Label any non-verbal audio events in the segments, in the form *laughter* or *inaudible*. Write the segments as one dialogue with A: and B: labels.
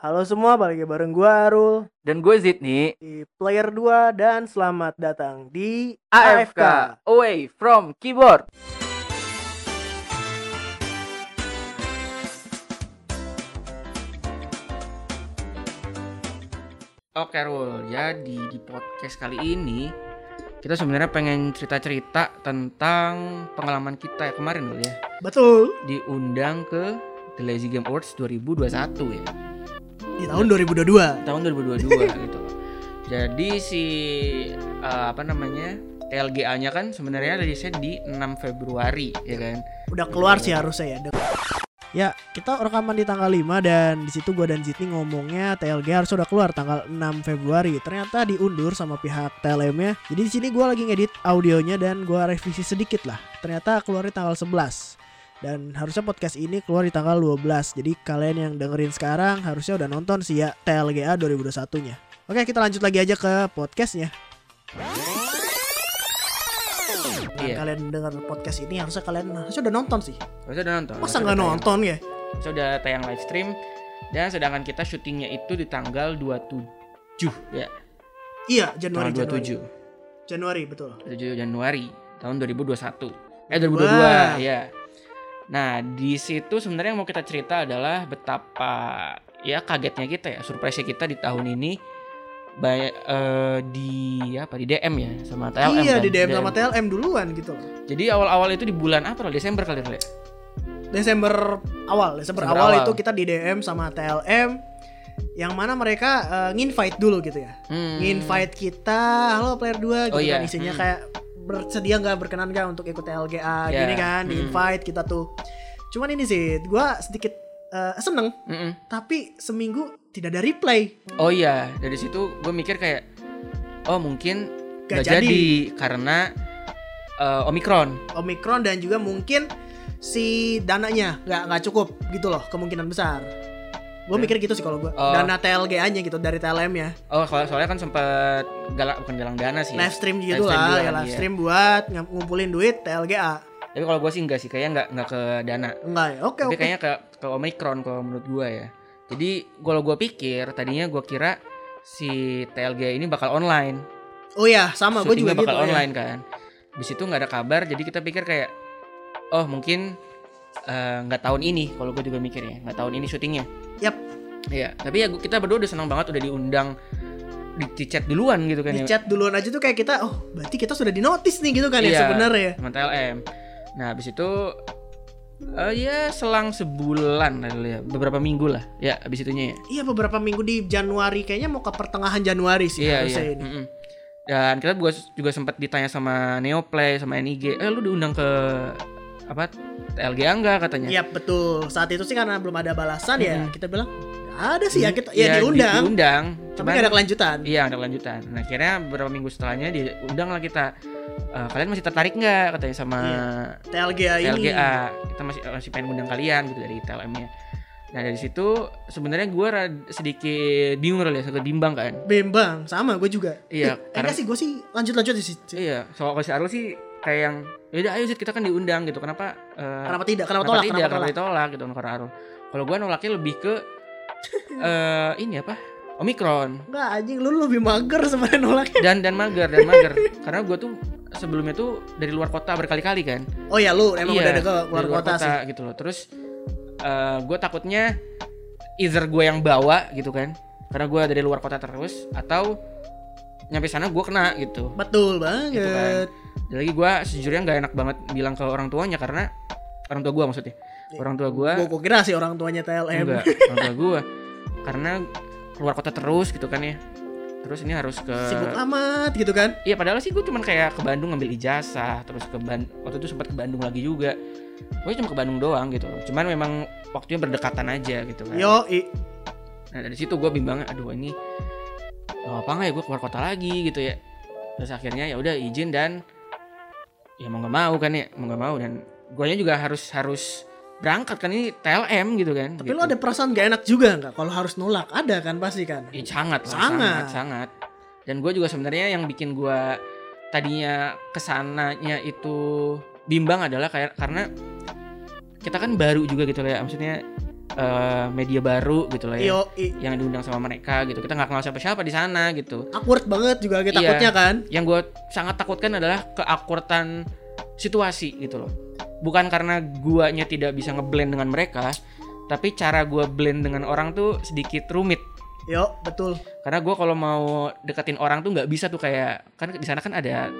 A: Halo semua, balik lagi bareng gue Arul
B: Dan gue Zidni
A: di Player 2 dan selamat datang di
B: AFK Away from keyboard Oke Rul, jadi di podcast kali ini Kita sebenarnya pengen cerita-cerita tentang pengalaman kita ya kemarin Rul ya
A: Betul,
B: Diundang ke The Lazy Game Awards 2021 ya
A: di tahun 2022
B: tahun
A: *laughs*
B: 2022 gitu loh. Jadi si eh, apa namanya TLGA-nya kan sebenarnya rilisnya di 6 Februari
A: Iya.
B: ya kan.
A: Udah keluar sih harusnya ya Dek- Ya, kita rekaman di tanggal 5 dan di situ gue dan Zidni ngomongnya TLG harus udah keluar tanggal 6 Februari. Ternyata diundur sama pihak TLM-nya. ya. Jadi di sini gue lagi ngedit audionya dan gue revisi sedikit lah. Ternyata keluarnya tanggal 11. Dan harusnya podcast ini keluar di tanggal 12. Jadi kalian yang dengerin sekarang harusnya udah nonton sih ya TLGA 2021-nya. Oke, kita lanjut lagi aja ke podcastnya. Nah,
B: Iya.
A: Kalian denger podcast ini harusnya kalian harusnya udah nonton sih.
B: Harusnya udah nonton.
A: Masa
B: harusnya
A: nggak
B: udah
A: nonton ya?
B: tayang- harusnya udah tayang live stream dan sedangkan kita syutingnya itu di tanggal 27 ya.
A: Iya, Januari
B: Tanggal 27.
A: Januari. Januari betul.
B: 7 Januari tahun 2021. Eh 2022
A: Wah.
B: ya. Nah, di situ sebenarnya yang mau kita cerita adalah betapa ya kagetnya kita ya, surprise kita di tahun ini banyak eh, di apa di DM ya sama TLM.
A: iya,
B: kan?
A: di DM, sama TLM duluan gitu loh.
B: Jadi awal-awal itu di bulan apa loh? Desember kali ya?
A: Desember awal, Desember,
B: Desember
A: awal,
B: awal.
A: itu kita di DM sama TLM yang mana mereka eh, nginvite dulu gitu ya.
B: Hmm.
A: Nginvite kita, halo player 2 gitu
B: Oh, iya.
A: kan isinya
B: Hmm.
A: kayak bersedia nggak berkenan nggak untuk ikut LGA
B: Ya.
A: gini kan, di
B: Hmm.
A: invite kita tuh. Cuman ini sih, gua sedikit eh, seneng
B: Mm-mm.
A: tapi seminggu tidak ada replay.
B: Oh iya, dari situ gue mikir kayak oh mungkin
A: Gak
B: gak,
A: jadi.
B: jadi. karena eh, Omikron.
A: Omikron dan juga mungkin si dananya nggak nggak cukup gitu loh kemungkinan besar. Gue
B: Hmm.
A: mikir gitu sih kalau gue
B: Oh.
A: dana TLGA-nya gitu dari TLM ya.
B: Oh, soalnya, soalnya kan sempet galak bukan galang dana sih. ya.
A: Live stream gitu
B: Live stream
A: lah,
B: duluan,
A: ya live
B: iya.
A: stream buat ng- ngumpulin duit TLGA.
B: Tapi kalau gue sih enggak sih, kayaknya enggak enggak ke dana.
A: Enggak ya? Oke
B: Tapi
A: oke.
B: kayaknya ke ke Omicron kalau menurut gue ya. Jadi kalau gue pikir tadinya gue kira si TLG ini bakal online.
A: Oh ya, sama gue juga
B: Syutingnya
A: gitu.
B: bakal
A: ya.
B: online kan. Di situ nggak ada kabar, jadi kita pikir kayak oh mungkin eh, nggak tahun ini kalau gue juga mikirnya nggak tahun ini syutingnya.
A: Yap.
B: Iya, tapi ya gua- kita berdua udah senang banget udah diundang di, di chat duluan gitu kan
A: Di
B: ya.
A: chat duluan aja tuh kayak kita, oh berarti kita sudah di notice nih gitu kan ya
B: Iya.
A: sebenarnya.
B: sama TLM. Nah, habis itu eh, ya selang sebulan lah dulu ya, beberapa minggu lah. Ya, habis itunya ya.
A: Iya beberapa minggu di Januari kayaknya mau ke pertengahan Januari sih
B: Iya, iya.
A: harusnya ini.
B: Mm-mm. Dan kita juga juga sempat ditanya sama Neoplay sama NIG, "Eh, lu diundang ke apa? TLG enggak katanya?"
A: Iya betul. Saat itu sih karena belum ada balasan ya
B: Mm-mm.
A: kita bilang nggak ada sih ya kita
B: Hmm. Iya,
A: ya
B: di-
A: diundang.
B: diundang.
A: Tapi
B: Cuman-
A: gak ada kelanjutan.
B: Iya ada lanjutan. Nah akhirnya beberapa minggu setelahnya diundang lah kita. "Eh, kalian masih tertarik nggak katanya sama
A: Iya. TLGA ini.
B: LGA kita masih eh, masih pengen undang kalian gitu dari TLM nya nah dari situ sebenarnya gue sedikit bingung Rul, ya sedikit bimbang kan
A: Bimbang, sama gue juga.
B: iya
A: Eh,
B: karena
A: enggak sih gue sih lanjut-lanjut sih.
B: iya soal kalau si Arul sih kayak yang yaudah ayo Zid kita kan diundang gitu kenapa eh,
A: Kenapa tidak? Kenapa, tolak?
B: tidak
A: Kenapa
B: kenapa
A: tolak?
B: ditolak gitu kalau Arul kalau gue nolaknya lebih
A: *laughs*
B: ke eh ini apa Omikron
A: Enggak anjing lu lebih mager sebenarnya nolaknya.
B: dan dan mager dan mager karena gue tuh sebelumnya tuh dari luar kota berkali-kali kan
A: Oh ya lu emang
B: Iya,
A: udah ada ke
B: dari
A: luar kota, sih.
B: gitu loh terus gue takutnya either gue yang bawa gitu kan karena gue dari luar kota terus atau nyampe sana gue kena gitu
A: Betul banget.
B: Gitu kan. dan lagi gue sejujurnya nggak enak banget bilang ke orang tuanya karena orang tua gue maksudnya orang tua gue
A: Iya. Gua, gua kira sih orang tuanya TLM.
B: enggak orang tua gue karena keluar kota terus gitu kan ya terus ini harus ke
A: Sibuk amat gitu kan.
B: Iya padahal sih gue cuman kayak ke Bandung ngambil ijazah terus ke Ban waktu itu sempat ke Bandung lagi juga gue cuma ke Bandung doang gitu cuman memang waktunya berdekatan aja gitu kan
A: Yo, i.
B: nah dari situ gue bimbang aduh ini mau apa nggak ya gue keluar kota lagi gitu ya terus akhirnya ya udah izin dan ya mau nggak mau kan ya mau nggak mau dan gue juga harus harus berangkat kan ini TLM gitu kan
A: Tapi lu ada perasaan gak enak juga nggak kalau harus nolak? Ada kan pasti kan.
B: Ya, sangat lah,
A: Sangat.
B: sangat, sangat, Dan gue juga sebenarnya yang bikin gue tadinya kesananya itu bimbang adalah kayak karena kita kan baru juga gitu loh ya, maksudnya eh, media baru gitu lah ya
A: Yo, i-
B: yang diundang sama mereka gitu kita nggak kenal siapa-siapa di sana gitu
A: awkward banget juga kita
B: Iya.
A: takutnya kan.
B: yang gue sangat takutkan adalah keakuratan situasi gitu loh bukan karena guanya tidak bisa ngeblend dengan mereka tapi cara gua blend dengan orang tuh sedikit rumit
A: Yo, betul.
B: karena gua kalau mau deketin orang tuh nggak bisa tuh kayak kan di sana kan ada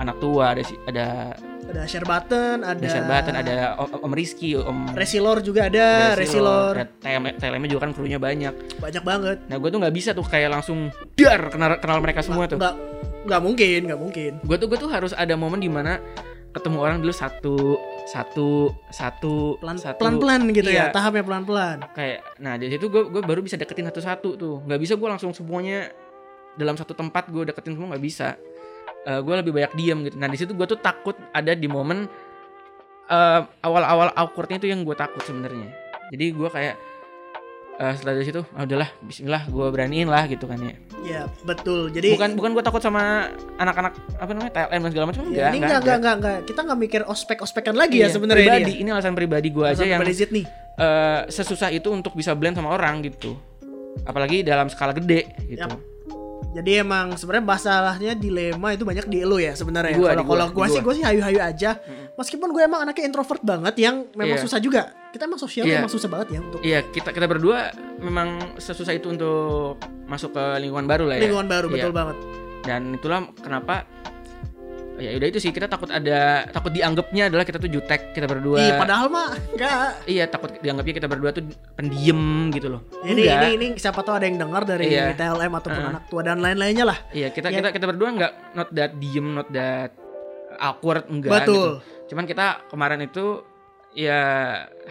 B: anak tua ada si- ada
A: Ada share button, ada
B: Desa Batan ada Om, Om Rizky Om Ya,
A: Resilor juga ada, Resilor.
B: ada TLM TLM-nya juga kan krunya banyak
A: Banyak banget.
B: nah gue tuh nggak bisa tuh kayak langsung dar kenal kenal mereka semua tuh
A: Nggak nggak mungkin, nggak mungkin.
B: gue tuh gue tuh harus ada momen dimana ketemu orang dulu satu satu satu
A: Pelan
B: satu
A: pelan gitu
B: Iya.
A: ya, tahapnya pelan-pelan.
B: kayak nah dari situ gue gue baru bisa deketin satu-satu tuh nggak bisa gue langsung semuanya dalam satu tempat gue deketin semua nggak bisa gue lebih banyak diam gitu nah di situ gue tuh takut ada di momen eh, awal-awal awkwardnya itu yang gue takut sebenarnya jadi gue kayak eh, setelah dari situ ah, udahlah Bismillah gue beraniin lah gitu kan ya
A: Ya, betul. Jadi
B: bukan bukan gue takut sama anak-anak apa namanya TLM dan segala
A: ya,
B: macam enggak,
A: ini
B: enggak,
A: enggak, enggak, enggak, enggak. Kita nggak mikir ospek-ospekan lagi ya sebenarnya
B: Iya, pribadi
A: ini.
B: ini alasan pribadi gue
A: ya.
B: aja
A: Alasan
B: yang
A: pribadi Zidni.
B: eh, sesusah itu untuk bisa blend sama orang gitu apalagi dalam skala gede gitu
A: Yap. Jadi emang sebenarnya masalahnya dilema itu banyak di lo ya sebenarnya.
B: Di
A: Kalau
B: gua, di
A: kalau
B: gua, di
A: gua sih
B: gua.
A: gua sih hayu-hayu aja.
B: Mm-mm.
A: Meskipun gue emang anaknya introvert banget yang memang
B: Iya.
A: susah juga. Kita emang sosial
B: Iya.
A: emang susah banget ya untuk
B: iya kita kita berdua memang sesusah itu untuk masuk ke lingkungan baru lah ya
A: lingkungan baru
B: Iya.
A: betul banget.
B: dan itulah kenapa ya udah itu sih kita takut ada takut dianggapnya adalah kita tuh jutek kita berdua
A: Ih, padahal mah enggak.
B: iya takut dianggapnya kita berdua tuh pendiem gitu loh
A: Ini
B: Enggak.
A: ini ini siapa tahu ada yang dengar dari
B: Iya.
A: TLM ataupun
B: Uh-uh.
A: anak tua dan lain-lainnya lah.
B: iya kita
A: Ya.
B: kita kita berdua nggak not that diem not that awkward enggak gitu.
A: betul.
B: Cuman kita kemarin itu ya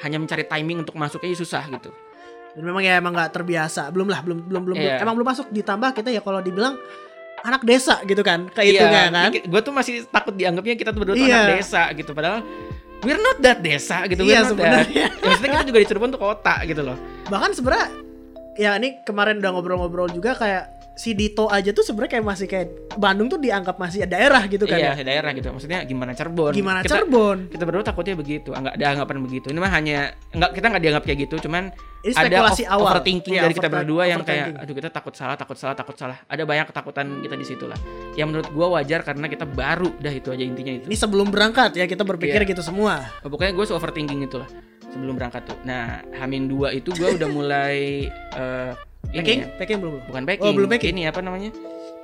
B: hanya mencari timing untuk masuknya susah gitu.
A: Dan memang ya emang nggak terbiasa. Belum lah, belum belum belum.
B: Iya.
A: Emang belum masuk ditambah kita ya kalau dibilang anak desa gitu kan,
B: Nah, Iya,
A: kehitungnya kan.
B: Gue tuh masih takut dianggapnya kita tuh berdua tuh
A: Iya.
B: anak desa gitu. Padahal we're not that desa
A: Iya
B: gitu. we're not that.
A: sebenarnya.
B: Ya, *laughs* maksudnya kita juga di Cirebon tuh kota gitu loh.
A: Bahkan sebenarnya ya ini kemarin udah ngobrol-ngobrol juga kayak si Dito aja tuh sebenarnya kayak masih kayak Bandung tuh dianggap masih daerah gitu kan.
B: iya,
A: ya.
B: daerah gitu. Maksudnya gimana Cirebon?
A: Gimana
B: kita,
A: Cirebon?
B: Kita berdua takutnya begitu. Enggak ada anggapan begitu. Ini mah hanya enggak kita nggak dianggap kayak gitu. Cuman
A: Ini
B: ada
A: spekulasi
B: ov-
A: awal.
B: overthinking
A: Iya,
B: dari kita
A: overthink-
B: berdua yang kayak
A: overthinking.
B: aduh kita takut salah takut salah takut salah ada banyak ketakutan kita di situ lah yang menurut gua wajar karena kita baru dah itu aja intinya itu
A: ini sebelum berangkat ya kita berpikir gitu semua.
B: Oh, pokoknya gue overthinking itu lah sebelum berangkat tuh nah hamin 2 itu gua udah mulai eh, ini
A: Packing?
B: ya,
A: Packing belum belum.
B: bukan packing
A: Oh, belum packing.
B: ini apa namanya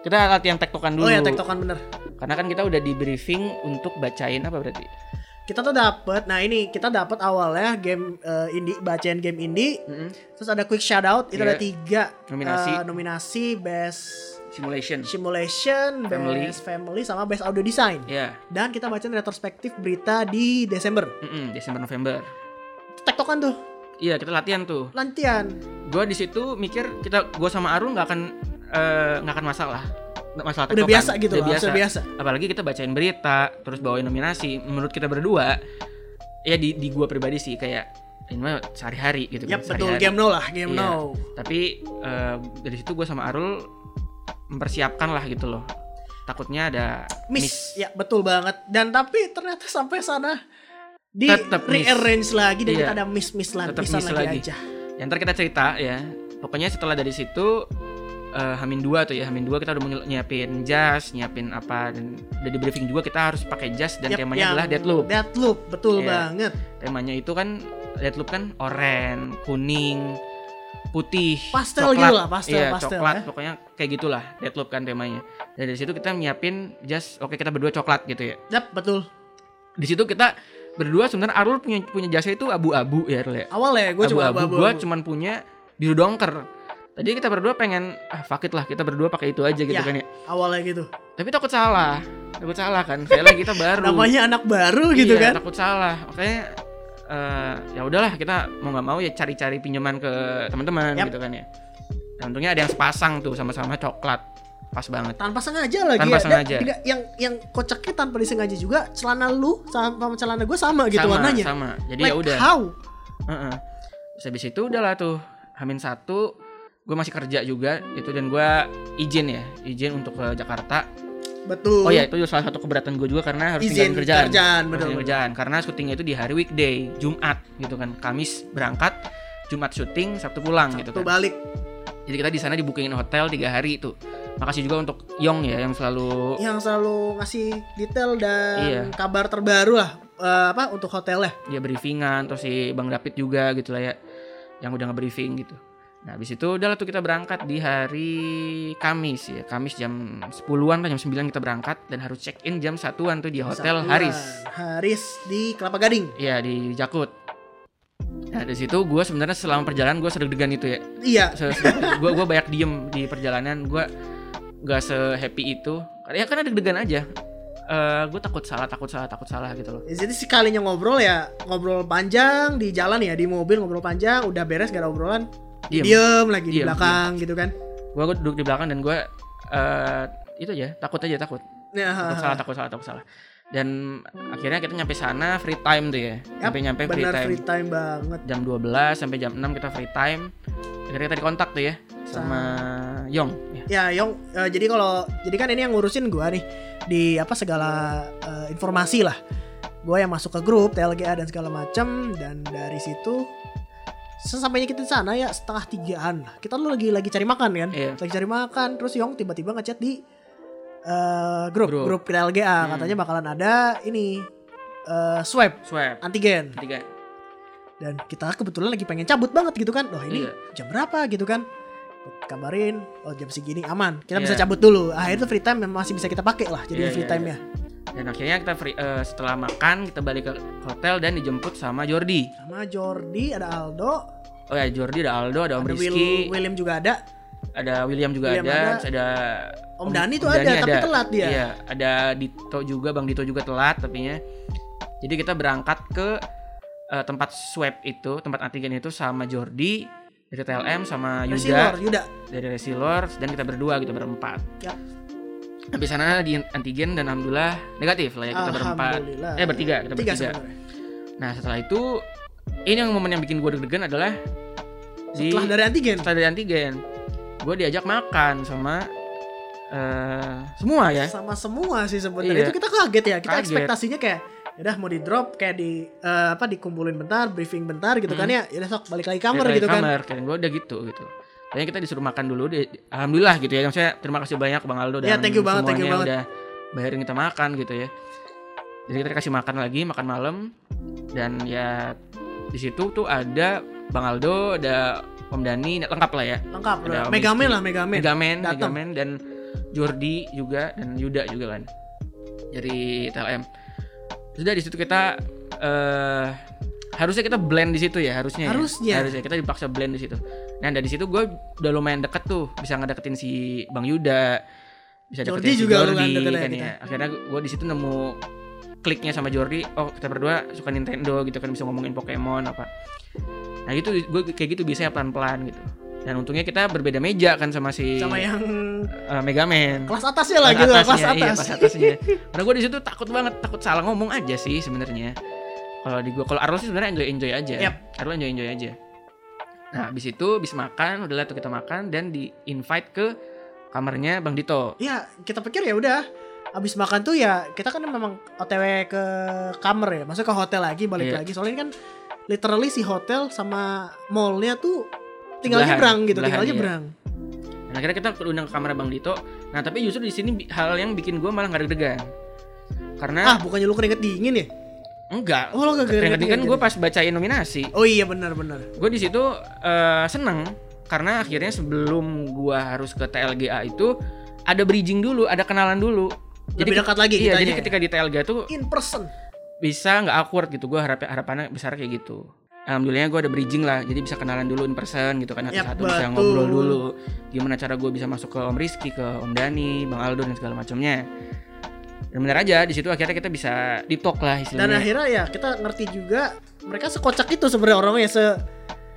B: kita latihan tektokan
A: Oh
B: dulu
A: ya tektokan bener.
B: karena kan kita udah di briefing untuk bacain apa berarti
A: Kita tuh dapet, nah ini kita dapet awalnya game eh, indie, bacaan game indie.
B: Mm-mm.
A: Terus ada quick shoutout, itu
B: Iya.
A: ada tiga
B: Nominasi.
A: eh, nominasi best
B: simulation
A: simulation,
B: Family.
A: best family, sama best audio design.
B: ya
A: Dan kita bacain retrospektif berita di Desember.
B: mm-mm, Desember November
A: Tektokan tuh,
B: iya kita latihan tuh
A: lantian.
B: gue di situ mikir kita gue sama Arul nggak akan eh, nggak akan masalah Nggak masalah
A: Udah
B: tektokan.
A: biasa gitu
B: udah
A: loh,
B: biasa.
A: sudah biasa.
B: apalagi kita bacain berita terus bawain nominasi menurut kita berdua ya di di gua pribadi sih kayak ini mah sehari-hari gitu
A: Yap,
B: kan,
A: betul
B: sehari-hari.
A: game no lah, game
B: Iya.
A: no.
B: tapi eh, dari situ gua sama Arul mempersiapkan lah gitu loh takutnya ada
A: Miss. Ya, betul banget. Dan tapi ternyata sampai sana di
B: Tetep miss.
A: rearrange lagi dan
B: Iya.
A: kita ada miss-miss lagi,
B: Tetep
A: missan
B: miss
A: lagi,
B: lagi.
A: aja.
B: yang ntar kita cerita ya pokoknya setelah dari situ eh, Hamin 2 tuh ya Hamin 2 kita udah menyi- nyiapin jas nyiapin apa dan udah di briefing juga kita harus pakai jas dan
A: Yap,
B: temanya
A: yang
B: adalah Deadloop
A: Deadloop, betul
B: Iya.
A: banget.
B: temanya itu kan Deadloop kan oranye, kuning, putih,
A: Pastel
B: coklat.
A: gitu lah, pastel,
B: iya,
A: pastel
B: coklat,
A: ya.
B: pokoknya kayak gitulah Deadloop kan temanya. Dan dari situ kita nyiapin jas, oke kita berdua coklat gitu ya.
A: Yap, betul.
B: Di situ kita berdua sebenarnya Arul punya punya jasnya itu abu-abu ya Arul ya.
A: Awal ya gue cuma abu-abu.
B: Gua cuman punya biru dongker. Tadi kita berdua pengen ah fuck it lah, kita berdua pakai itu aja gitu
A: Ya.
B: kan ya.
A: Awalnya gitu.
B: Tapi takut salah. Takut salah kan. Soalnya
A: *laughs*
B: kita baru.
A: Namanya anak baru gitu
B: Iya,
A: kan.
B: takut salah makanya eh, ya udahlah kita mau nggak mau ya cari-cari pinjaman ke teman-teman
A: Yap.
B: gitu kan ya Nah, untungnya ada yang sepasang tuh sama-sama coklat pas banget
A: Tanpa sengaja lagi ya.
B: Tanpa
A: Dan
B: sengaja.
A: tidak- yang yang kocaknya tanpa disengaja juga celana lu sama sama celana gue sama gitu
B: sama
A: warnanya.
B: sama jadi
A: Like
B: ya udah
A: how?
B: Heeh. Terus habis itu udahlah tuh Hamin satu gue masih kerja juga itu dan gue izin ya izin untuk ke Jakarta
A: Betul.
B: oh ya itu salah satu keberatan gue juga karena harus
A: izin
B: tinggalin kerjaan
A: kerjaan,
B: Harus
A: betul.
B: tinggalin kerjaan karena syutingnya itu di hari weekday Jumat gitu kan Kamis berangkat Jumat syuting, Sabtu pulang gitu
A: Sabtu
B: kan.
A: balik.
B: Jadi kita di sana dibukingin hotel tiga hari tuh. Makasih juga untuk Yong ya yang selalu
A: Yang selalu ngasih detail dan
B: Iya.
A: kabar terbaru lah eh, apa untuk hotelnya.
B: dia briefingan terus si Bang David juga gitu lah ya yang udah nge-briefing gitu. Nah, habis itu udahlah tuh kita berangkat di hari Kamis ya. Kamis jam 10-an lah jam 9 kita berangkat dan harus check-in jam 1-an tuh di Hotel
A: Satuan.
B: Haris.
A: Haris di Kelapa Gading.
B: Iya, di Jakut. Nah, di situ gue sebenarnya selama perjalanan gue sedeg-degan itu ya.
A: Iya.
B: gue gua banyak diem di perjalanan gue gak se happy itu ya karena deg-degan aja gue takut salah takut salah takut salah gitu loh
A: Jadi sekalinya ngobrol ya ngobrol panjang di jalan ya di mobil ngobrol panjang udah beres gak ada obrolan
B: diem
A: diem lagi di
B: Diem,
A: belakang gitu kan.
B: gue duduk di belakang dan gue itu aja takut aja takut
A: Nah,
B: takut salah takut salah takut salah dan akhirnya kita nyampe sana free time tuh ya nyampe nyampe free
A: benar
B: time
A: free time banget.
B: jam 12 sampai jam 6 kita free time akhirnya kita dikontak tuh ya sama Yong ya.
A: Ya, Yong, eh, jadi kalau jadi kan ini yang ngurusin gua nih di apa segala eh, informasi lah. Gua yang masuk ke grup TLGA dan segala macem dan dari situ sesampainya kita di sana ya setengah tigaan lah. Kita lu lagi lagi cari makan kan?
B: Iya.
A: Lagi cari makan terus Yong tiba-tiba ngechat di eh, grup
B: Grup.
A: grup TLGA
B: Hmm.
A: katanya bakalan ada ini eh, swab
B: swab
A: antigen
B: ketiga
A: dan kita kebetulan lagi pengen cabut banget gitu kan loh ini
B: Iya.
A: jam berapa gitu kan kabarin oh jam segini aman kita
B: Iya.
A: bisa cabut dulu akhirnya tuh free time yang masih bisa kita pakai lah jadi
B: Iya,
A: free
B: iya,
A: time
B: iya.
A: ya
B: dan akhirnya kita free- eh, setelah makan kita balik ke hotel dan dijemput sama Jordi
A: sama Jordi ada Aldo
B: oh ya Jordi ada Aldo ada Om
A: ada Will-
B: Rizky
A: William juga ada
B: ada William juga
A: William
B: ada,
A: ada.
B: terus ada
A: Om Dani tuh ada, tapi telat dia.
B: iya ada Dito juga Bang Dito juga telat tapinya jadi kita berangkat ke eh, tempat swab itu tempat antigen itu sama Jordi dari TLM sama Yuda
A: Resilor Yuda
B: dari Resilor dan kita berdua gitu berempat
A: Ya.
B: habis sana di antigen dan alhamdulillah negatif lah ya kita berempat
A: Alhamdulillah
B: eh bertiga kita
A: tiga
B: bertiga
A: sebenarnya
B: Nah setelah itu ini yang momen yang bikin gue deg-degan adalah di
A: setelah dari antigen
B: setelah dari antigen gue diajak makan sama eh, semua ya
A: sama semua sih sebenarnya
B: Iya.
A: itu kita kaget ya kita
B: Kaget.
A: ekspektasinya kayak udah mau di drop kayak di eh, apa dikumpulin bentar briefing bentar gitu
B: Hmm.
A: kan ya ya sok balik lagi kamar
B: Dari
A: gitu kan
B: kamar kan gue udah gitu gitu Kayaknya kita disuruh makan dulu deh. Alhamdulillah gitu ya. Saya terima kasih banyak Bang Aldo
A: Iya,
B: dan
A: thank you banget, thank you
B: semuanya udah bayarin kita makan gitu ya. Jadi kita kasih makan lagi, makan malam dan ya di situ tuh ada Bang Aldo, ada Om Dani, lengkap lah ya.
A: lengkap
B: Ada
A: udah.
B: Om
A: megamen
B: Rizky.
A: lah megamen
B: Megamen,
A: datang.
B: Megamen dan Jordi juga dan Yuda juga kan dari TLM. Sudah di situ kita eh harusnya kita blend di situ ya harusnya. ya.
A: Harusnya.
B: Harusnya kita dipaksa blend di situ. Nah dari situ gue udah lumayan deket tuh bisa ngedeketin si Bang Yuda, bisa
A: Jordi
B: deketin si
A: juga lumayan
B: Jordi
A: deket ya
B: kan
A: kita.
B: ya. Akhirnya gue di situ nemu kliknya sama Jordi. Oh kita berdua suka Nintendo gitu kan bisa ngomongin Pokemon apa. Nah gitu gue kayak gitu biasanya pelan-pelan gitu. Dan untungnya kita berbeda meja kan sama si
A: sama yang
B: eh, Megaman.
A: kelas atasnya lah gitu lah, kelas
B: Iya,
A: atas.
B: kelas atasnya. Karena gue di situ takut banget, takut salah ngomong aja sih sebenarnya. Kalau di gue, kalau Arlo sih sebenarnya enjoy enjoy aja.
A: Yap.
B: Arlo enjoy enjoy aja. Nah, habis itu habis makan, udah lah tuh kita makan dan di invite ke kamarnya Bang Dito.
A: Iya, kita pikir ya udah abis makan tuh ya kita kan memang OTW ke kamar ya, maksudnya ke hotel lagi balik
B: Iya.
A: lagi. Soalnya kan literally si hotel sama mallnya tuh tinggal
B: Sebelahan,
A: nyebrang gitu, tinggal
B: sebelahan, iya.
A: nyebrang.
B: Nah, akhirnya kita undang ke kamar Bang Dito. Nah, tapi justru di sini bi- hal yang bikin gue malah nggak deg-degan.
A: Ah,
B: Karena
A: bukannya lu keringet dingin ya?
B: enggak.
A: Oh, lo gak keringet
B: Keringetan
A: dingin.
B: kan gue pas bacain nominasi,
A: Oh iya benar benar.
B: gue di situ eh, seneng karena akhirnya sebelum gue harus ke TLGA itu ada bridging dulu, ada kenalan dulu.
A: Lebih dekat lagi
B: Iya,
A: kitanya
B: jadi
A: ya.
B: ketika di TLGA tuh
A: In person.
B: bisa nggak awkward gitu. Gue harap harapannya besar kayak gitu. Alhamdulillahnya gue ada bridging lah, jadi bisa kenalan dulu in person gitu kan.
A: Yap,
B: Satu satu bisa
A: betul.
B: ngobrol dulu. Gimana cara gue bisa masuk ke Om Rizky, ke Om Dani, Bang Aldo dan segala macamnya. Dan bener aja di situ akhirnya kita bisa deep talk lah
A: Dan
B: istilahnya.
A: akhirnya ya kita ngerti juga mereka sekocak itu sebenarnya orangnya se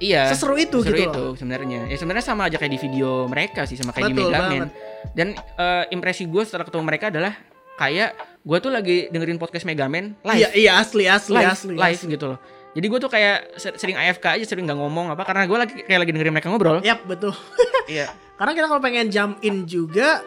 B: iya.
A: seseru itu
B: Seru
A: gitu.
B: itu
A: loh.
B: sebenarnya. Ya sebenarnya sama aja kayak di video mereka sih sama kayak di
A: Betul
B: Megaman. Dan eh, impresi gue setelah ketemu mereka adalah kayak gue tuh lagi dengerin podcast Megaman live,
A: Iya iya asli asli
B: live,
A: asli.
B: live gitu loh. Jadi gue tuh kayak ser- sering AFK aja, sering nggak ngomong apa karena gue lagi kayak lagi dengerin mereka ngobrol.
A: Yap betul.
B: Iya.
A: Karena kita kalau pengen jump in juga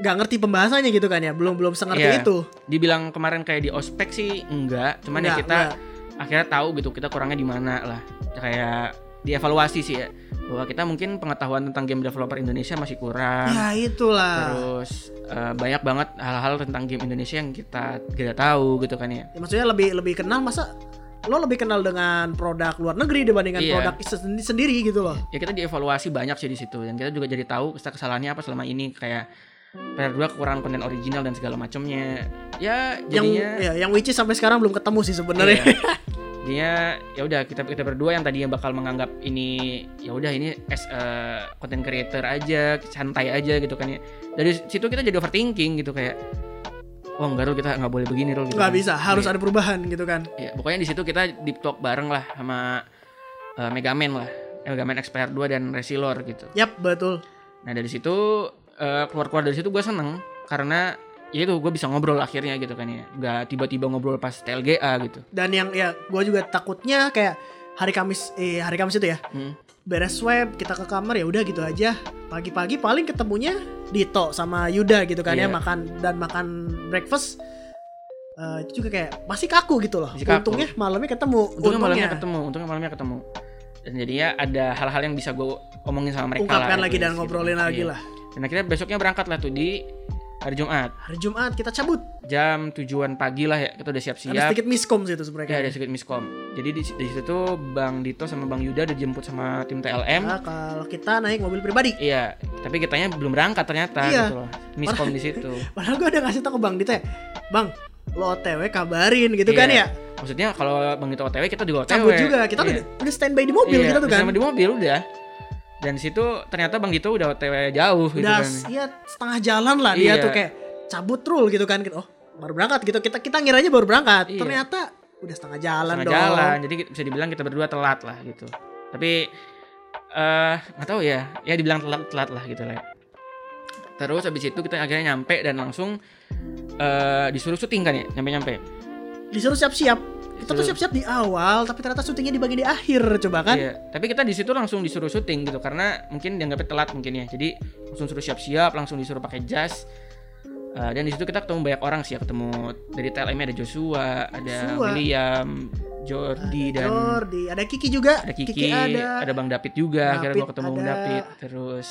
A: nggak ngerti pembahasannya gitu kan ya, belum belum sengerti
B: Iya.
A: itu.
B: Dibilang kemarin kayak di ospek sih enggak, cuman ya
A: Nggak,
B: kita
A: nggak.
B: akhirnya tahu gitu kita kurangnya di mana lah. Kayak dievaluasi sih ya bahwa kita mungkin pengetahuan tentang game developer Indonesia masih kurang
A: ya itulah
B: terus eh, banyak banget hal-hal tentang game Indonesia yang kita tidak tahu gitu kan ya
A: Ya, maksudnya lebih lebih kenal masa lo lebih kenal dengan produk luar negeri dibandingkan
B: Iya.
A: produk is- sendi- sendiri gitu loh
B: ya kita dievaluasi banyak sih di situ dan kita juga jadi tahu kes- kesalahannya apa selama ini kayak Player 2 kekurangan konten original dan segala macamnya ya jadinya
A: yang ya, yang which is sampai sekarang belum ketemu sih sebenarnya
B: Iya. Jadinya ya udah kita kita berdua yang tadinya bakal menganggap ini ya udah ini as a content creator aja santai aja gitu kan ya dari situ kita jadi overthinking gitu kayak oh enggak Rul kita nggak boleh begini Rul gitu
A: *laughs* nggak
B: kan.
A: bisa harus
B: Iya.
A: ada perubahan gitu kan
B: Ya, pokoknya di situ kita deep talk bareng lah sama eh, Megaman lah Megaman XPR 2 dan Resilor gitu
A: yap betul
B: Nah dari situ eh, keluar-keluar dari situ gue seneng karena ya itu gue bisa ngobrol akhirnya gitu kan ya nggak tiba-tiba ngobrol pas TLGA gitu
A: dan yang ya gue juga takutnya kayak hari Kamis eh hari Kamis itu ya
B: Hmm.
A: beres web kita ke kamar ya udah gitu aja pagi-pagi paling ketemunya Dito sama Yuda gitu kan ya
B: Iya.
A: makan dan makan breakfast Eh, itu juga kayak masih kaku gitu loh
B: Masih kaku.
A: untungnya malamnya ketemu
B: untungnya malamnya ketemu untungnya malamnya ketemu dan jadinya ada hal-hal yang bisa gue omongin sama mereka
A: ungkapkan
B: at
A: lagi dan
B: least, gitu
A: ngobrolin
B: kan.
A: lagi
B: Iya.
A: lah
B: dan akhirnya besoknya berangkat lah tuh di hari Jumat
A: hari Jumat kita cabut
B: jam tujuan pagi lah ya kita udah
A: ada
B: siap-siap
A: sedikit miskom sih itu
B: ya ada
A: sebenarnya kan.
B: sedikit miskom jadi di, di situ tuh Bang Dito sama Bang Yuda dijemput sama tim TLM
A: Nah, kalau kita naik mobil pribadi
B: Iya, tapi kitanya belum berangkat ternyata
A: Iya.
B: gitu loh. Miskom di
A: *laughs*
B: situ.
A: padahal gue udah ngasih tau ke Bang Dito ya Bang lo OTW kabarin gitu kan ya
B: Iya. Maksudnya kalau Bang Dito OTW kita juga OTW.
A: cabut juga kita
B: Iya.
A: udah, udah standby di mobil
B: Iya,
A: kita tuh kan
B: bersama di mobil udah. Dan di situ ternyata Bang Dito udah OTW jauh gitu
A: udah
B: kan.
A: ya setengah jalan lah
B: Iya.
A: dia tuh kayak cabut rule gitu kan oh baru berangkat gitu kita kita ngiranya baru berangkat
B: Iya.
A: ternyata udah setengah jalan
B: Setengah
A: dong
B: jalan. Jadi bisa dibilang kita berdua telat lah gitu. Tapi eh nggak tahu ya, ya dibilang telat telat lah gitu lah. ya. Terus habis itu kita akhirnya nyampe dan langsung eh disuruh syuting kan ya, nyampe-nyampe.
A: disuruh siap-siap kita tuh
B: Disuruh-
A: siap-siap di awal tapi ternyata syutingnya di bagian di akhir coba kan
B: Iya, tapi kita di situ langsung disuruh syuting gitu karena mungkin dianggapnya telat mungkin ya. Jadi langsung suruh siap-siap, langsung disuruh pakai jas. Eh, dan di situ kita ketemu banyak orang sih ya, ketemu dari TLM -nya ada Joshua, ada
A: Joshua.
B: William, Jordi dan
A: Jordi ada Kiki juga
B: ada Kiki, ada, Bang David juga. Akhirnya
A: David
B: gua ketemu Bang
A: ada.
B: David. Terus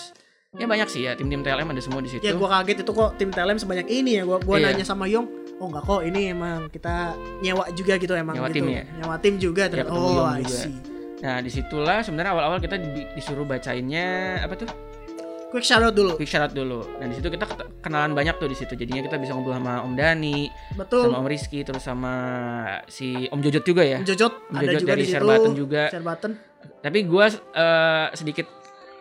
B: ya banyak sih ya tim-tim TLM ada semua di situ.
A: ya gue kaget itu kok tim TLM sebanyak ini ya gue gua
B: Iya.
A: nanya sama Yong oh enggak kok ini emang kita nyewa juga gitu emang
B: Nyewa
A: gitu
B: tim ya?
A: nyewa tim juga ternyata
B: ketemu
A: oh
B: Yong
A: I
B: juga.
A: see
B: Nah, disitulah sebenarnya awal-awal kita di- disuruh bacainnya apa tuh?
A: quick shout out dulu
B: Quick syarat dulu. Dan di situ kita ket- kenalan banyak tuh di situ. Jadinya kita bisa ngobrol sama Om Dani,
A: betul
B: sama Om Rizky terus sama si Om Jojot juga ya.
A: Om Jojot
B: Om
A: ada
B: Jojot
A: juga
B: dari
A: di situ
B: Share juga.
A: Share button
B: Tapi gue eh, sedikit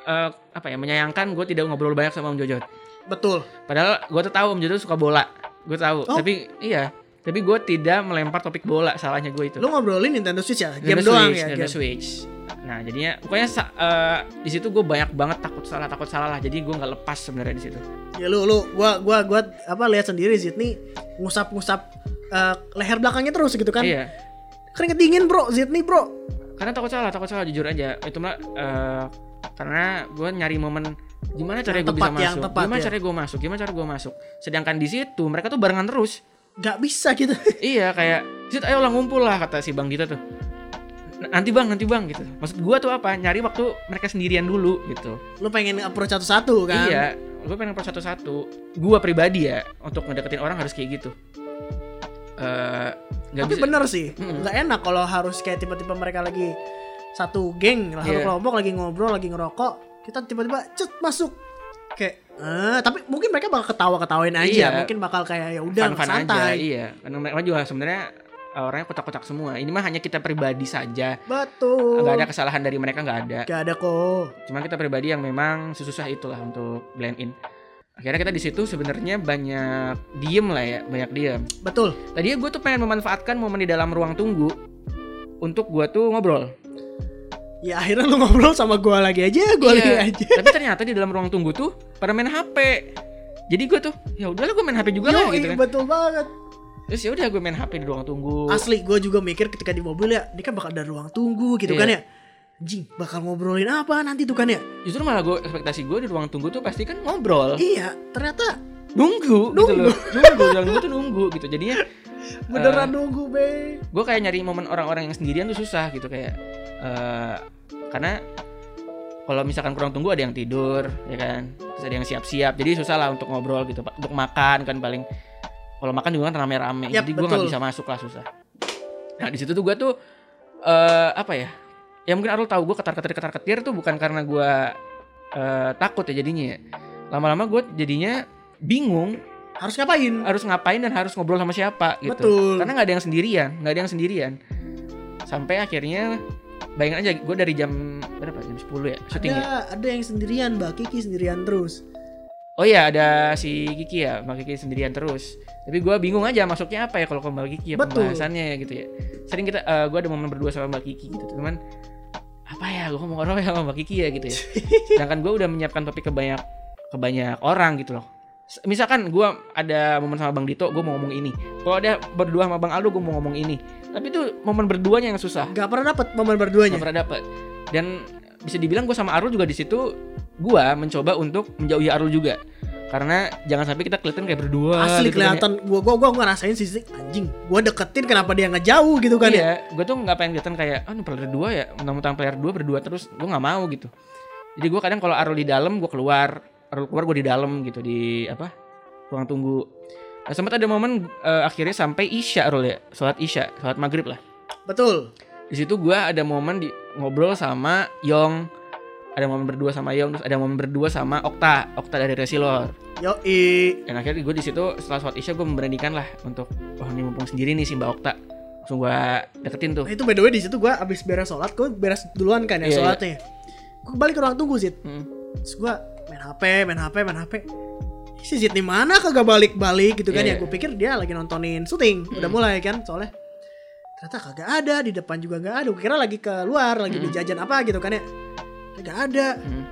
B: eh, apa ya menyayangkan gue tidak ngobrol banyak sama Om Jojot.
A: betul
B: Padahal gue tuh tahu Om Jojot suka bola. Gue tahu.
A: Oh.
B: Tapi iya. Tapi gue tidak melempar topik bola. Salahnya gue itu.
A: Lu ngobrolin Nintendo Switch ya? Game
B: Nintendo
A: doang
B: Switch,
A: ya?
B: Nintendo
A: game.
B: Switch. Nah jadinya pokoknya sa- eh, di situ gue banyak banget takut salah takut salah lah. Jadi gue nggak lepas sebenarnya di situ.
A: Ya lu lu gua gua gua apa lihat sendiri Zid nih ngusap-ngusap eh, leher belakangnya terus gitu kan.
B: Iya.
A: Keringet dingin, Bro. Zid nih, Bro.
B: karena takut salah takut salah jujur aja itu mah eh, karena gue nyari momen gimana caranya
A: Yang
B: gue bisa
A: tepat, yang
B: masuk
A: tepat,
B: gimana
A: ya.
B: caranya gue masuk gimana cara gue masuk sedangkan di situ mereka tuh barengan terus *laughs*
A: Gak bisa gitu. *laughs*
B: iya kayak sit ayo lah ngumpul lah kata si bang Dita tuh "N- nanti bang nanti bang gitu maksud gue tuh apa nyari waktu mereka sendirian dulu gitu
A: lu pengen approach satu-satu kan?
B: iya gue pengen pas satu-satu gue pribadi ya untuk ngedeketin orang harus kayak gitu Eh, nggak
A: Tapi
B: bisa
A: bener sih,
B: Mm-mm.
A: nggak enak kalau harus kayak tiba-tiba mereka lagi satu geng, lah satu
B: Iya.
A: kelompok lagi ngobrol, lagi ngerokok, kita tiba-tiba cet masuk kayak eh tapi mungkin mereka bakal ketawa-ketawain aja,
B: Iya.
A: mungkin bakal kayak ya udah
B: fan-fan aja
A: santai.
B: iya karena mereka juga sebenarnya uh, orangnya kotak-kotak semua ini mah hanya kita pribadi saja
A: Betul.
B: nggak ada kesalahan dari mereka nggak ada
A: Gak ada kok.
B: cuma kita pribadi yang memang sesusah itulah untuk blend in akhirnya kita di situ sebenarnya banyak diem lah ya banyak diem
A: Betul.
B: tadinya gue tuh pengen memanfaatkan momen di dalam ruang tunggu untuk gue tuh ngobrol
A: Ya akhirnya lu ngobrol sama gua lagi aja, gua
B: Iya.
A: lagi aja.
B: tapi ternyata di dalam ruang tunggu tuh pada main hp jadi gue tuh ya udahlah gue main hp juga lah
A: Yoi,
B: gitu kan
A: betul banget.
B: terus ya udah gue main hp di ruang tunggu
A: Asli gua juga mikir ketika di mobil ya, ini kan bakal ada ruang tunggu gitu
B: Iya.
A: kan ya. Jing, bakal ngobrolin apa nanti tuh kan ya?
B: justru malah gue ekspektasi gue di ruang tunggu tuh pasti kan ngobrol
A: Iya, ternyata
B: nunggu, gitu
A: Nunggu.
B: loh nunggu dalam nunggu tuh nunggu gitu jadinya
A: beneran nunggu, Be.
B: gue kayak nyari momen orang-orang yang sendirian tuh susah gitu kayak eh karena kalau misalkan kurang tunggu ada yang tidur ya kan terus ada yang siap-siap jadi susah lah untuk ngobrol gitu pak untuk makan kan paling kalau makan juga kan rame-rame
A: Yap,
B: jadi gue nggak
A: betul.
B: bisa masuk lah susah nah di situ tuh gue tuh eh apa ya ya mungkin Arul tahu gue ketar-ketir ketar-ketir tuh bukan karena gue eh, takut ya jadinya ya. lama-lama gue jadinya bingung
A: harus ngapain
B: harus ngapain dan harus ngobrol sama siapa gitu
A: betul
B: karena nggak ada yang sendirian nggak ada yang sendirian sampai akhirnya bayangin aja gue dari jam berapa jam 10 ya syutingnya
A: ada ada yang sendirian mbak Kiki sendirian terus
B: oh iya ada si Kiki ya Mbak Kiki sendirian terus tapi gue bingung aja masuknya apa ya kalau ke Mbak Kiki ya
A: Betul.
B: pembahasannya ya gitu ya sering kita gue ada momen berdua sama Mbak Kiki gitu cuman apa ya gue ngomong orang ya sama Mbak Kiki ya gitu ya sedangkan gue udah menyiapkan topik ke banyak ke banyak orang gitu loh S- misalkan gue ada momen sama Bang Dito gue mau ngomong ini kalau ada berdua sama Bang Aldo gue mau ngomong ini tapi itu momen berduanya yang susah
A: nggak pernah dapat momen
B: nggak
A: berduanya
B: pernah dapet dan bisa dibilang gue sama Arul juga di situ gue mencoba untuk menjauhi Arul juga karena jangan sampai kita kelihatan kayak berdua
A: asli
B: gitu kan ya.
A: kelihatan gua gua gua ngerasain sih sih, anjing gua deketin kenapa dia ngejauh gitu kan ya
B: iya gue tuh nggak pengen kelihatan kayak ah ini player dua ya mentang-mentang player dua berdua terus gue nggak mau gitu jadi gue kadang kalau Arul di dalam gue keluar Arul keluar gue di dalam gitu di apa ruang tunggu nah, sempat ada momen eh, akhirnya sampai Isya Arul ya sholat Isya sholat maghrib lah
A: betul
B: di situ gue ada momen di ngobrol sama Yong ada momen berdua sama Yong terus ada momen berdua sama Okta Okta dari Resilor
A: yoi
B: dan akhirnya gue di situ setelah sholat isya gue memberanikan lah untuk oh ini mumpung sendiri nih si Mbak Okta langsung gue deketin tuh
A: Nah, itu by the way di situ gua abis beres sholat gua beres duluan kan ya
B: Iya, iya.
A: sholatnya gua balik ke ruang tunggu sih
B: Hmm.
A: terus gua main hp main hp main hp si Zid nih mana kagak balik balik gitu kan
B: Iya,
A: ya
B: iya.
A: gua pikir dia lagi nontonin syuting udah
B: Mm.
A: mulai kan soalnya ternyata kagak ada di depan juga nggak ada gua kira lagi keluar lagi
B: Mm.
A: beli jajan apa gitu kan ya kagak ada
B: Hmm.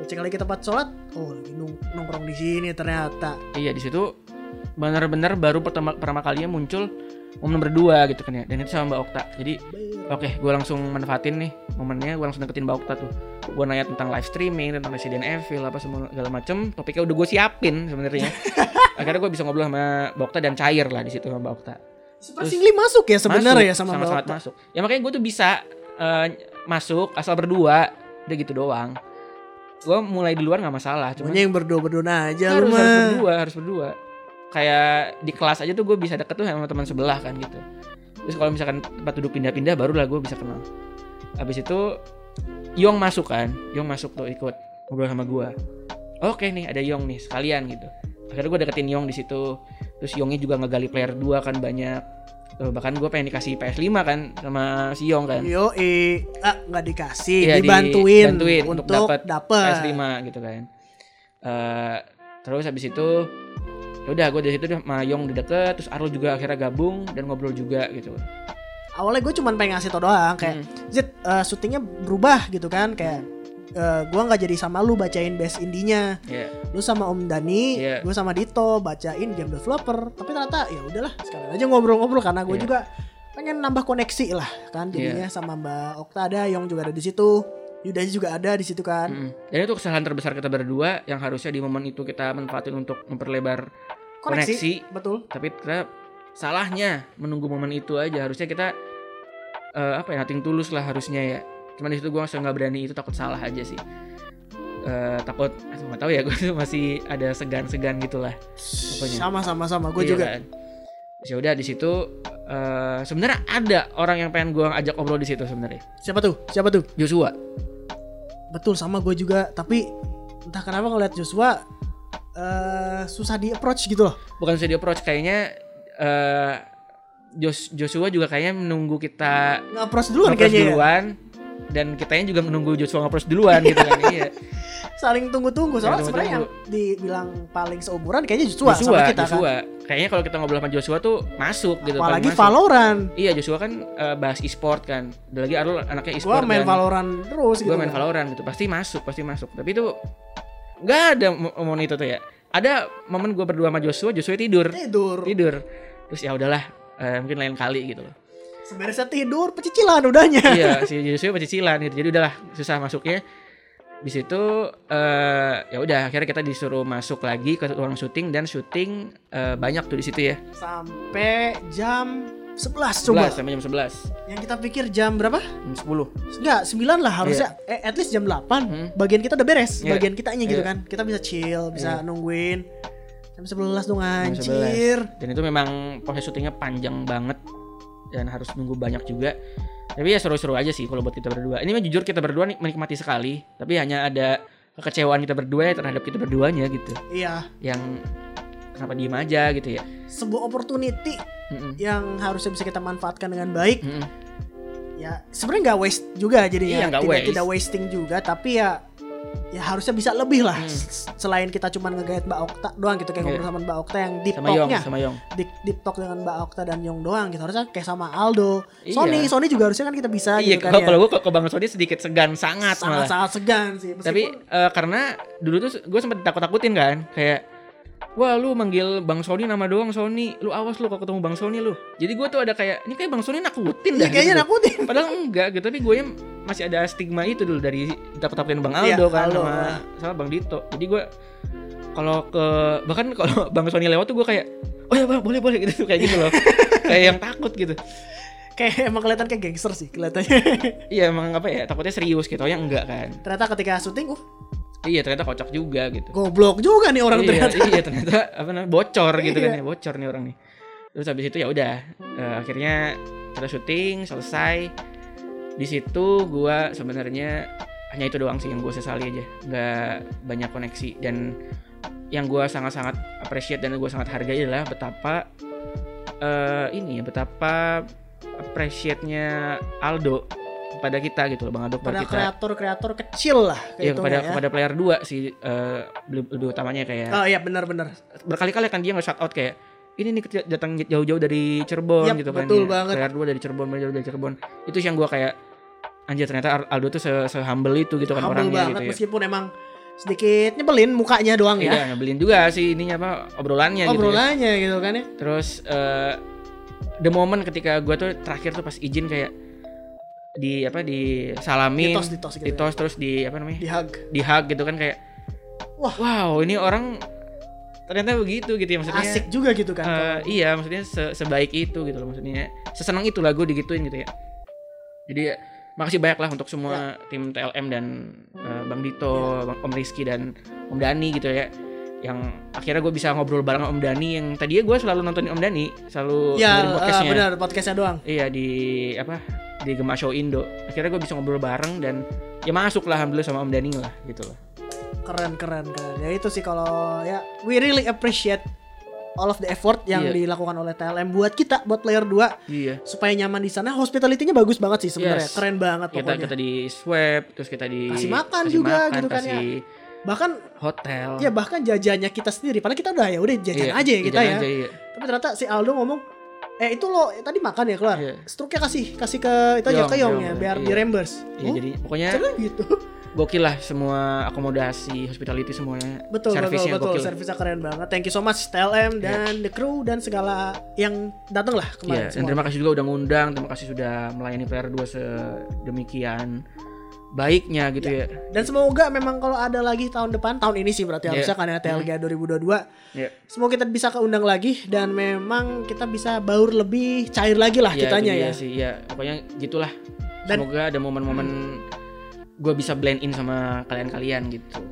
A: Gua cek lagi ke tempat sholat oh lagi nong- nongkrong di sini ternyata
B: iya di situ benar-benar baru pertama pertama kalinya muncul momen berdua gitu kan ya dan itu sama Mbak Okta jadi Oke, gue langsung manfaatin nih momennya, gue langsung deketin Mbak Okta tuh. Gue nanya tentang live streaming, tentang Resident Evil, apa semua segala macem. Topiknya udah gue siapin
A: *laughs*
B: sebenarnya. Akhirnya gue bisa ngobrol sama Mbak Okta dan cair lah di situ sama Mbak Okta.
A: Surprisingly masuk ya sebenarnya ya sama
B: sama
A: Mbak
B: sangat
A: Okta.
B: masuk. Ya makanya gue tuh bisa eh, masuk asal berdua, udah gitu doang. Gue mulai di luar nggak masalah, cuman
A: Pokoknya yang berdua-berdua aja lu
B: harus, harus
A: mah.
B: berdua harus berdua kayak di kelas aja tuh gue bisa deket tuh sama teman sebelah kan gitu terus kalau misalkan tempat duduk pindah-pindah barulah gue bisa kenal habis itu Yong masuk kan Yong masuk tuh ikut ngobrol sama gue oke nih ada Yong nih sekalian gitu akhirnya gue deketin Yong di situ terus Yongnya juga ngegali player 2 kan banyak Tuh, bahkan gue pengen dikasih PS5 kan sama si Yong kan
A: Yo, eh, ah, nggak dikasih,
B: Iya,
A: dibantuin,
B: dibantuin untuk
A: untuk,
B: dapet
A: dapat Nah.
B: PS5 gitu kan. Eh, terus habis itu ya udah gue dari situ udah Mayong udah deket, terus Arul juga akhirnya gabung dan ngobrol juga gitu.
A: Awalnya gue cuman pengen ngasih tau doang kayak,
B: Hmm.
A: Zit, eh, syutingnya berubah gitu kan kayak eh, gue nggak jadi sama lu bacain best indinya,
B: Iya.
A: lu sama Om Dani,
B: Iya.
A: gue sama Dito bacain game developer, tapi ternyata ya udahlah sekalian aja ngobrol-ngobrol karena gue
B: Iya.
A: juga pengen nambah koneksi lah kan jadinya sama Mbak Okta ada, Yong juga ada di situ, Yuda juga ada di situ kan,
B: Mm-mm. Hmm. Dan itu kesalahan terbesar kita berdua yang harusnya di momen itu kita manfaatin untuk memperlebar koneksi,
A: koneksi, betul.
B: tapi kita salahnya menunggu momen itu aja. Harusnya kita eh, apa ya nating tulus lah harusnya ya. Cuman di situ gue nggak berani itu takut salah aja sih. Eh, takut aduh, nggak tahu ya gue masih ada segan-segan gitu gitulah. Pokoknya.
A: Sama sama sama gue
B: Iya
A: juga.
B: kan? Terus ya udah di situ eh, sebenarnya ada orang yang pengen gue ajak ngobrol di situ sebenarnya.
A: Siapa tuh? Siapa tuh?
B: Joshua.
A: Betul sama gue juga, tapi entah kenapa ngeliat Joshua eh susah di approach gitu loh.
B: Bukan sudah di approach kayaknya eh, Jos- Joshua juga kayaknya menunggu kita
A: Nggak approach duluan
B: nge-approach
A: kayaknya ya.
B: duluan dan kitanya juga menunggu Joshua ngapres duluan gitu
A: *laughs*
B: kan. Iya.
A: Saling tunggu-tunggu soalnya
B: Iya,
A: sebenarnya yang
B: tunggu-tunggu.
A: dibilang paling seumuran kayaknya Joshua,
B: Joshua,
A: sama kita
B: Joshua. Kayaknya kalau kita ngobrol sama Joshua tuh masuk
A: kan.
B: gitu
A: Apalagi
B: paling masuk.
A: Valorant.
B: Iya, Joshua kan eh, bahas e-sport kan. Dan lagi Arul anaknya
A: Gue
B: e-sport.
A: main
B: dan-
A: Valorant terus gitu.
B: gue main Valorant gitu pasti masuk pasti masuk tapi itu nggak ada mo- momen itu tuh ya ada momen gue berdua sama Joshua Joshua tidur
A: Tidur.
B: tidur terus ya udahlah eh, mungkin lain kali gitu loh
A: Sebenarnya tidur pecicilan udahnya.
B: iya si Joshua pecicilan gitu jadi udahlah susah masuknya di situ eh, ya udah akhirnya kita disuruh masuk lagi ke ruang syuting dan syuting eh, banyak tuh di situ ya
A: Sampai jam 10 11 coba.
B: 11 sampai jam 11
A: Yang kita pikir jam berapa?
B: jam 10
A: Enggak, 9 lah harusnya. Eh, at least jam 8
B: Iya. Hmm.
A: bagian kita udah beres,
B: Iya.
A: bagian kitanya gitu
B: Iya.
A: kan. Kita bisa chill, bisa nungguin. Jam 11 dong
B: Jam
A: anjir.
B: dan itu memang proses syutingnya panjang banget dan harus nunggu banyak juga tapi ya seru-seru aja sih kalau buat kita berdua ini mah jujur kita berdua nih menikmati sekali tapi hanya ada kekecewaan kita berdua ya terhadap kita berduanya gitu
A: Iya,
B: yang kenapa diem aja gitu ya
A: sebuah opportunity
B: Mm-mm.
A: yang harusnya bisa kita manfaatkan dengan baik.
B: Mm-mm.
A: Ya, sebenarnya nggak waste juga jadinya.
B: Iya, nggak
A: tidak
B: waste.
A: tidak wasting juga, tapi ya ya harusnya bisa lebih lah
B: Hmm.
A: S- selain kita cuman ngegait Mbak Okta doang gitu kayak
B: Iya.
A: ngobrol sama Mbak Okta yang deep
B: sama Yong
A: talknya
B: sama Yong
A: deep, deep talk dengan Mbak Okta dan Yong doang gitu harusnya kayak sama Aldo
B: Iya.
A: Sony Sony juga harusnya kan kita bisa
B: iya
A: gitu kan
B: kalau
A: ya.
B: kalau gue ke Bang Sony sedikit segan sangat,
A: sangat
B: malah
A: sangat segan sih Meskipun-
B: tapi eh, karena dulu tuh gue sempet takut takutin kan kayak wah lu manggil bang Sony nama doang Sony lu awas lu kalau ketemu bang Sony lu jadi gue tuh ada kayak ini kayak bang Sony nakutin
A: Iya
B: dah
A: kayaknya
B: gitu.
A: nakutin.
B: padahal enggak gitu tapi gue masih ada stigma itu dulu dari takut takutin bang
A: Iya,
B: Aldo kan
A: Aldo.
B: sama sama bang Dito jadi gue kalau ke bahkan *laughs* kalau bang Sony lewat tuh gue kayak oh ya bang boleh boleh gitu kayak gitu loh kayak yang takut gitu
A: *laughs* Kayak emang kelihatan kayak gangster sih kelihatannya. *laughs*
B: iya emang apa ya takutnya serius gitu ya enggak kan
A: ternyata ketika syuting, uh
B: iya ternyata kocak juga gitu
A: goblok juga nih orang
B: iya,
A: ternyata.
B: iya ternyata apa namanya bocor gitu kan
A: Iya.
B: ya bocor nih orang nih terus habis itu ya udah eh, akhirnya kita syuting selesai di situ gua sebenarnya hanya itu doang sih yang gue sesali aja nggak banyak koneksi dan yang gua sangat-sangat appreciate dan gua sangat hargai adalah betapa eh, ini ya betapa appreciate-nya Aldo kepada kita gitu loh Bang Aldo kepada
A: Pada
B: kita
A: kreator-kreator kecil lah
B: Iya,
A: kehitungnya
B: kepada
A: ya.
B: kepada player 2 sih eh, lebih, lebih utamanya kayak
A: Oh iya benar-benar.
B: berkali-kali kan dia nge shout out kayak ini nih kecil- datang jauh-jauh dari Cirebon
A: Yap,
B: gitu kan
A: betul
B: ya.
A: banget.
B: Player dua dari Cirebon player jauh dari Cirebon itu sih yang gua kayak anjir ternyata Aldo tuh se, humble itu gitu kan
A: Humble
B: orangnya
A: banget
B: gitu ya
A: meskipun emang sedikit nyebelin mukanya doang
B: Iya,
A: ya.
B: nyebelin juga sih ininya apa obrolannya gitu. ya.
A: Obrolannya gitu kan ya.
B: Terus eh, the moment ketika gua tuh terakhir tuh pas izin kayak di apa di salamin,
A: Ditos ditos gitu. ya.
B: ditos, terus di apa namanya?
A: Di hug.
B: di hug gitu kan kayak
A: Wah.
B: wow, ini orang ternyata begitu gitu ya maksudnya.
A: Asik juga gitu kan.
B: Eh, iya maksudnya se- sebaik itu gitu loh maksudnya sesenang itu lagu digituin gitu ya jadi ya, makasih banyak lah untuk
A: Ya.
B: semua tim TLM dan eh, Bang Dito, Bang Om Rizky dan Om Dani gitu ya yang akhirnya gue bisa ngobrol bareng Om Dani yang tadinya gue selalu nontonin Om Dani selalu
A: ya
B: dengerin
A: eh,
B: podcastnya
A: benar podcastnya doang.
B: iya di apa di Gema Show Indo akhirnya gue bisa ngobrol bareng dan ya masuk lah alhamdulillah sama Om Dani lah gitu loh
A: Keren keren keren. Ya itu sih kalau ya we really appreciate all of the effort yang
B: Iya.
A: dilakukan oleh TLM buat kita buat player 2
B: iya
A: supaya nyaman di sana hospitality-nya bagus banget sih sebenarnya
B: Yes.
A: keren banget
B: kita
A: pokoknya
B: kita di swab terus kita di
A: Kasih makan juga gitu kan ya.
B: kasih
A: bahkan
B: hotel
A: ya bahkan jajannya kita sendiri padahal kita udah ya udah jajan aja ya kita ya
B: Iya, jajan aja, iya.
A: tapi ternyata si Aldo ngomong eh itu lo tadi makan ya keluar
B: Iya.
A: struknya kasih kasih ke itu aja
B: Yong,
A: ke Yong
B: Yong,
A: ya
B: iya.
A: biar
B: Iya.
A: di reimburse
B: Iya,
A: Oh,
B: jadi pokoknya
A: sebenarnya gitu *laughs*
B: gokil lah semua akomodasi, hospitality semuanya.
A: betul betul
B: Servisnya
A: betul
B: gokil.
A: servisnya keren banget thank you so much TLM dan the crew dan segala yang datang lah kemarin
B: Iya, dan terima kasih juga udah ngundang, terima kasih sudah melayani PR2 sedemikian baiknya gitu ya.
A: Dan semoga memang kalau ada lagi tahun depan, tahun ini sih berarti
B: Iya.
A: harusnya kan ya, karena TLG 2022.
B: Iya.
A: Semoga kita bisa keundang lagi dan memang kita bisa baur lebih cair lagi lah
B: Iya,
A: kitanya
B: itu
A: ya.
B: dia sih, ya. Pokoknya gitulah.
A: Dan- Hmm.
B: Semoga ada momen-momen gue bisa blend in sama kalian-kalian gitu.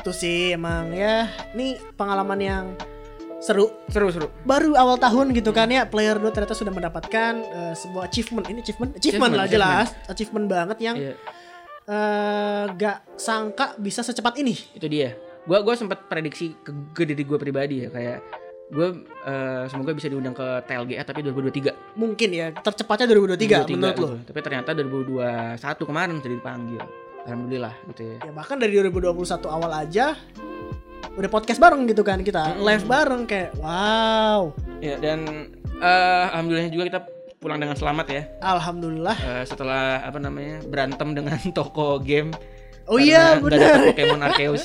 A: Itu sih emang ya. Ini pengalaman yang seru.
B: Seru seru.
A: Baru awal tahun gitu kan ya, player 2 ternyata sudah mendapatkan eh, sebuah achievement. Ini achievement, achievement,
B: Achievement,
A: lah jelas, achievement banget yang
B: Iya,
A: eh, gak sangka bisa secepat ini.
B: itu dia. Gua gua sempat prediksi ke, ke diri gue pribadi ya kayak gue semoga bisa diundang ke TLGA tapi 2023.
A: Mungkin ya tercepatnya 2023,
B: 23
A: menurut lo.
B: gitu. Tapi ternyata 2021 kemarin sudah dipanggil. Alhamdulillah gitu ya.
A: ya bahkan dari 2021 awal aja udah podcast bareng gitu kan kita
B: Mm-mm.
A: live bareng kayak wow
B: Ya dan eh, alhamdulillah juga kita pulang dengan selamat ya.
A: alhamdulillah
B: Eh, setelah apa namanya? berantem dengan *laughs* toko game.
A: oh iya
B: Karena nggak dapet
A: benar
B: Pokemon
A: *laughs*
B: Arceus.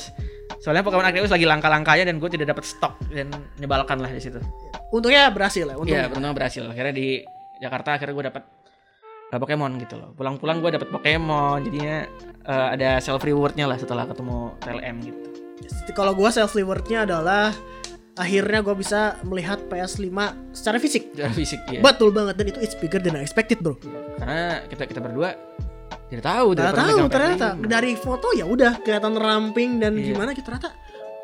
B: Soalnya Pokemon Arceus lagi langka-langkanya dan gue tidak dapat stok dan menyebalkan lah di situ.
A: untungnya berhasil ya untung
B: Iya, beruntung berhasil. Akhirnya di Jakarta akhirnya gue dapat eh, Pokemon gitu loh. Pulang-pulang gue dapat Pokemon, jadinya eh, ada self rewardnya lah setelah ketemu TLM gitu.
A: kalau gua self rewardnya adalah akhirnya gue bisa melihat PS5 secara fisik
B: Secara fisik ya.
A: betul banget dan itu it's bigger than I expected bro
B: Karena kita kita berdua tidak tahu
A: Gak
B: pernah Hmm.
A: tahu
B: megang
A: ternyata
B: PS5.
A: dari foto ya udah kelihatan ramping dan
B: Iya.
A: gimana gitu ternyata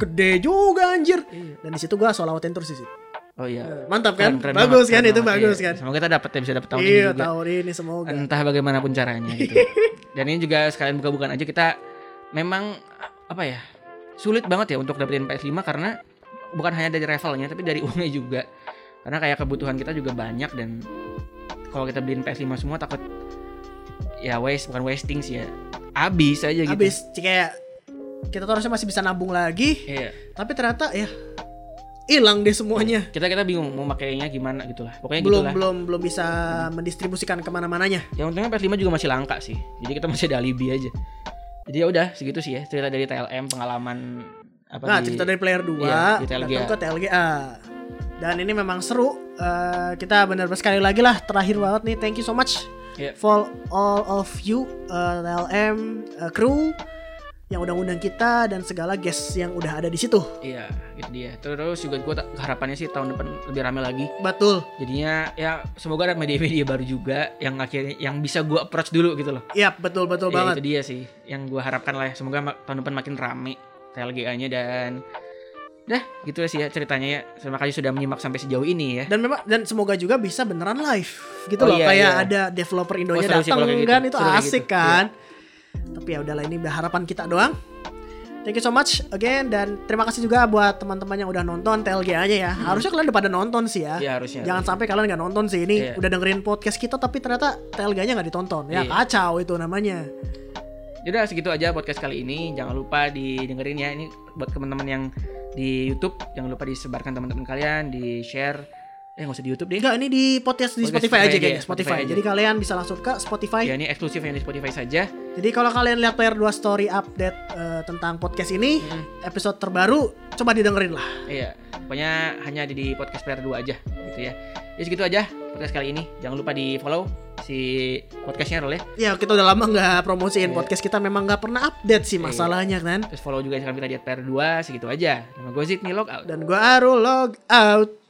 A: gede juga anjir
B: Iya.
A: dan di situ gue solawatin terus di situ
B: Oh iya.
A: mantap kan
B: Keren, keren
A: bagus
B: banget,
A: kan
B: keren
A: itu
B: banget,
A: bagus
B: iya.
A: kan
B: Semoga kita dapat ya bisa dapat tahun ini
A: iya kan.
B: juga.
A: tahun ini semoga
B: Entah bagaimanapun caranya gitu. Dan ini juga sekalian buka-bukaan aja kita memang apa ya? Sulit banget ya untuk dapetin PS5 karena bukan hanya dari levelnya tapi dari uangnya juga. Karena kayak kebutuhan kita juga banyak dan kalau kita beliin PS5 semua takut ya waste bukan wasting sih ya. Abis aja gitu.
A: habis kayak kita tuh harusnya masih bisa nabung lagi
B: Iya.
A: tapi ternyata ya hilang deh semuanya
B: Kita kita bingung mau makainya gimana gitu lah. Pokoknya
A: belum
B: gitulah.
A: belum belum bisa mendistribusikan kemana-mananya
B: Yang untungnya PS5 juga masih langka sih. Jadi kita masih ada alibi aja. Jadi ya udah segitu sih ya cerita dari TLM pengalaman apa
A: nah
B: di-
A: cerita dari player 2
B: iya, di TLGA.
A: datang ke TLGA dan ini memang seru Eh, kita bener sekali lagi lah terakhir banget nih thank you so much
B: Iya.
A: for all of you eh, TLM eh, crew yang udah undang kita dan segala guest yang udah ada di situ
B: Iya, itu dia. Terus juga gue harapannya sih tahun depan lebih rame lagi.
A: betul
B: Jadinya ya semoga ada media-media baru juga yang akhirnya yang bisa gue approach dulu gitu loh.
A: Iya betul betul
B: Ya,
A: banget
B: itu dia sih yang gue harapkan lah. ya. Semoga ma- tahun depan makin rame TLGA-nya dan dah gitu sih ya ceritanya ya. Terima kasih sudah menyimak sampai sejauh ini ya.
A: dan memang dan semoga juga bisa beneran live gitu loh
B: Oh, iya,
A: kayak
B: iya.
A: ada developer Indonya
B: seru
A: datang
B: sih kalau kayak gitu.
A: kan itu
B: Seru kayak
A: asik
B: gitu.
A: kan tapi ya udahlah ini harapan kita doang thank you so much again dan terima kasih juga buat teman-teman yang udah nonton TLGA nya ya harusnya kalian udah pada nonton sih ya
B: Hmm. Iya harusnya.
A: Jangan sampai kalian nggak nonton sih ini
B: Iya.
A: udah dengerin podcast kita tapi ternyata TLG-nya nggak ditonton ya
B: Iya.
A: kacau itu namanya.
B: Jadi udah, segitu aja podcast kali ini. Jangan lupa didengerin ya. Ini buat teman-teman yang di YouTube, jangan lupa disebarkan teman-teman kalian, di share. Eh nggak usah di YouTube deh.
A: Enggak ini di podcast di
B: Podcast
A: Spotify,
B: Spotify
A: aja
B: aja,
A: kayaknya Spotify.
B: ya, Spotify aja.
A: Jadi kalian bisa langsung ke Spotify.
B: Ya ini eksklusif yang di Spotify saja.
A: Jadi kalau kalian lihat player 2 story update eh, tentang podcast ini episode terbaru coba didengerin lah.
B: Iya. Pokoknya hanya ada di podcast player 2 aja gitu ya. Jadi segitu aja podcast kali ini. Jangan lupa di follow si podcastnya Rol ya.
A: Ya kita udah lama nggak promosiin
B: Iya.
A: podcast kita memang nggak pernah update sih masalahnya kan.
B: Terus follow juga Instagram kita di player 2 segitu aja. Nama gue Zid nih log out.
A: Dan gua Aru log out.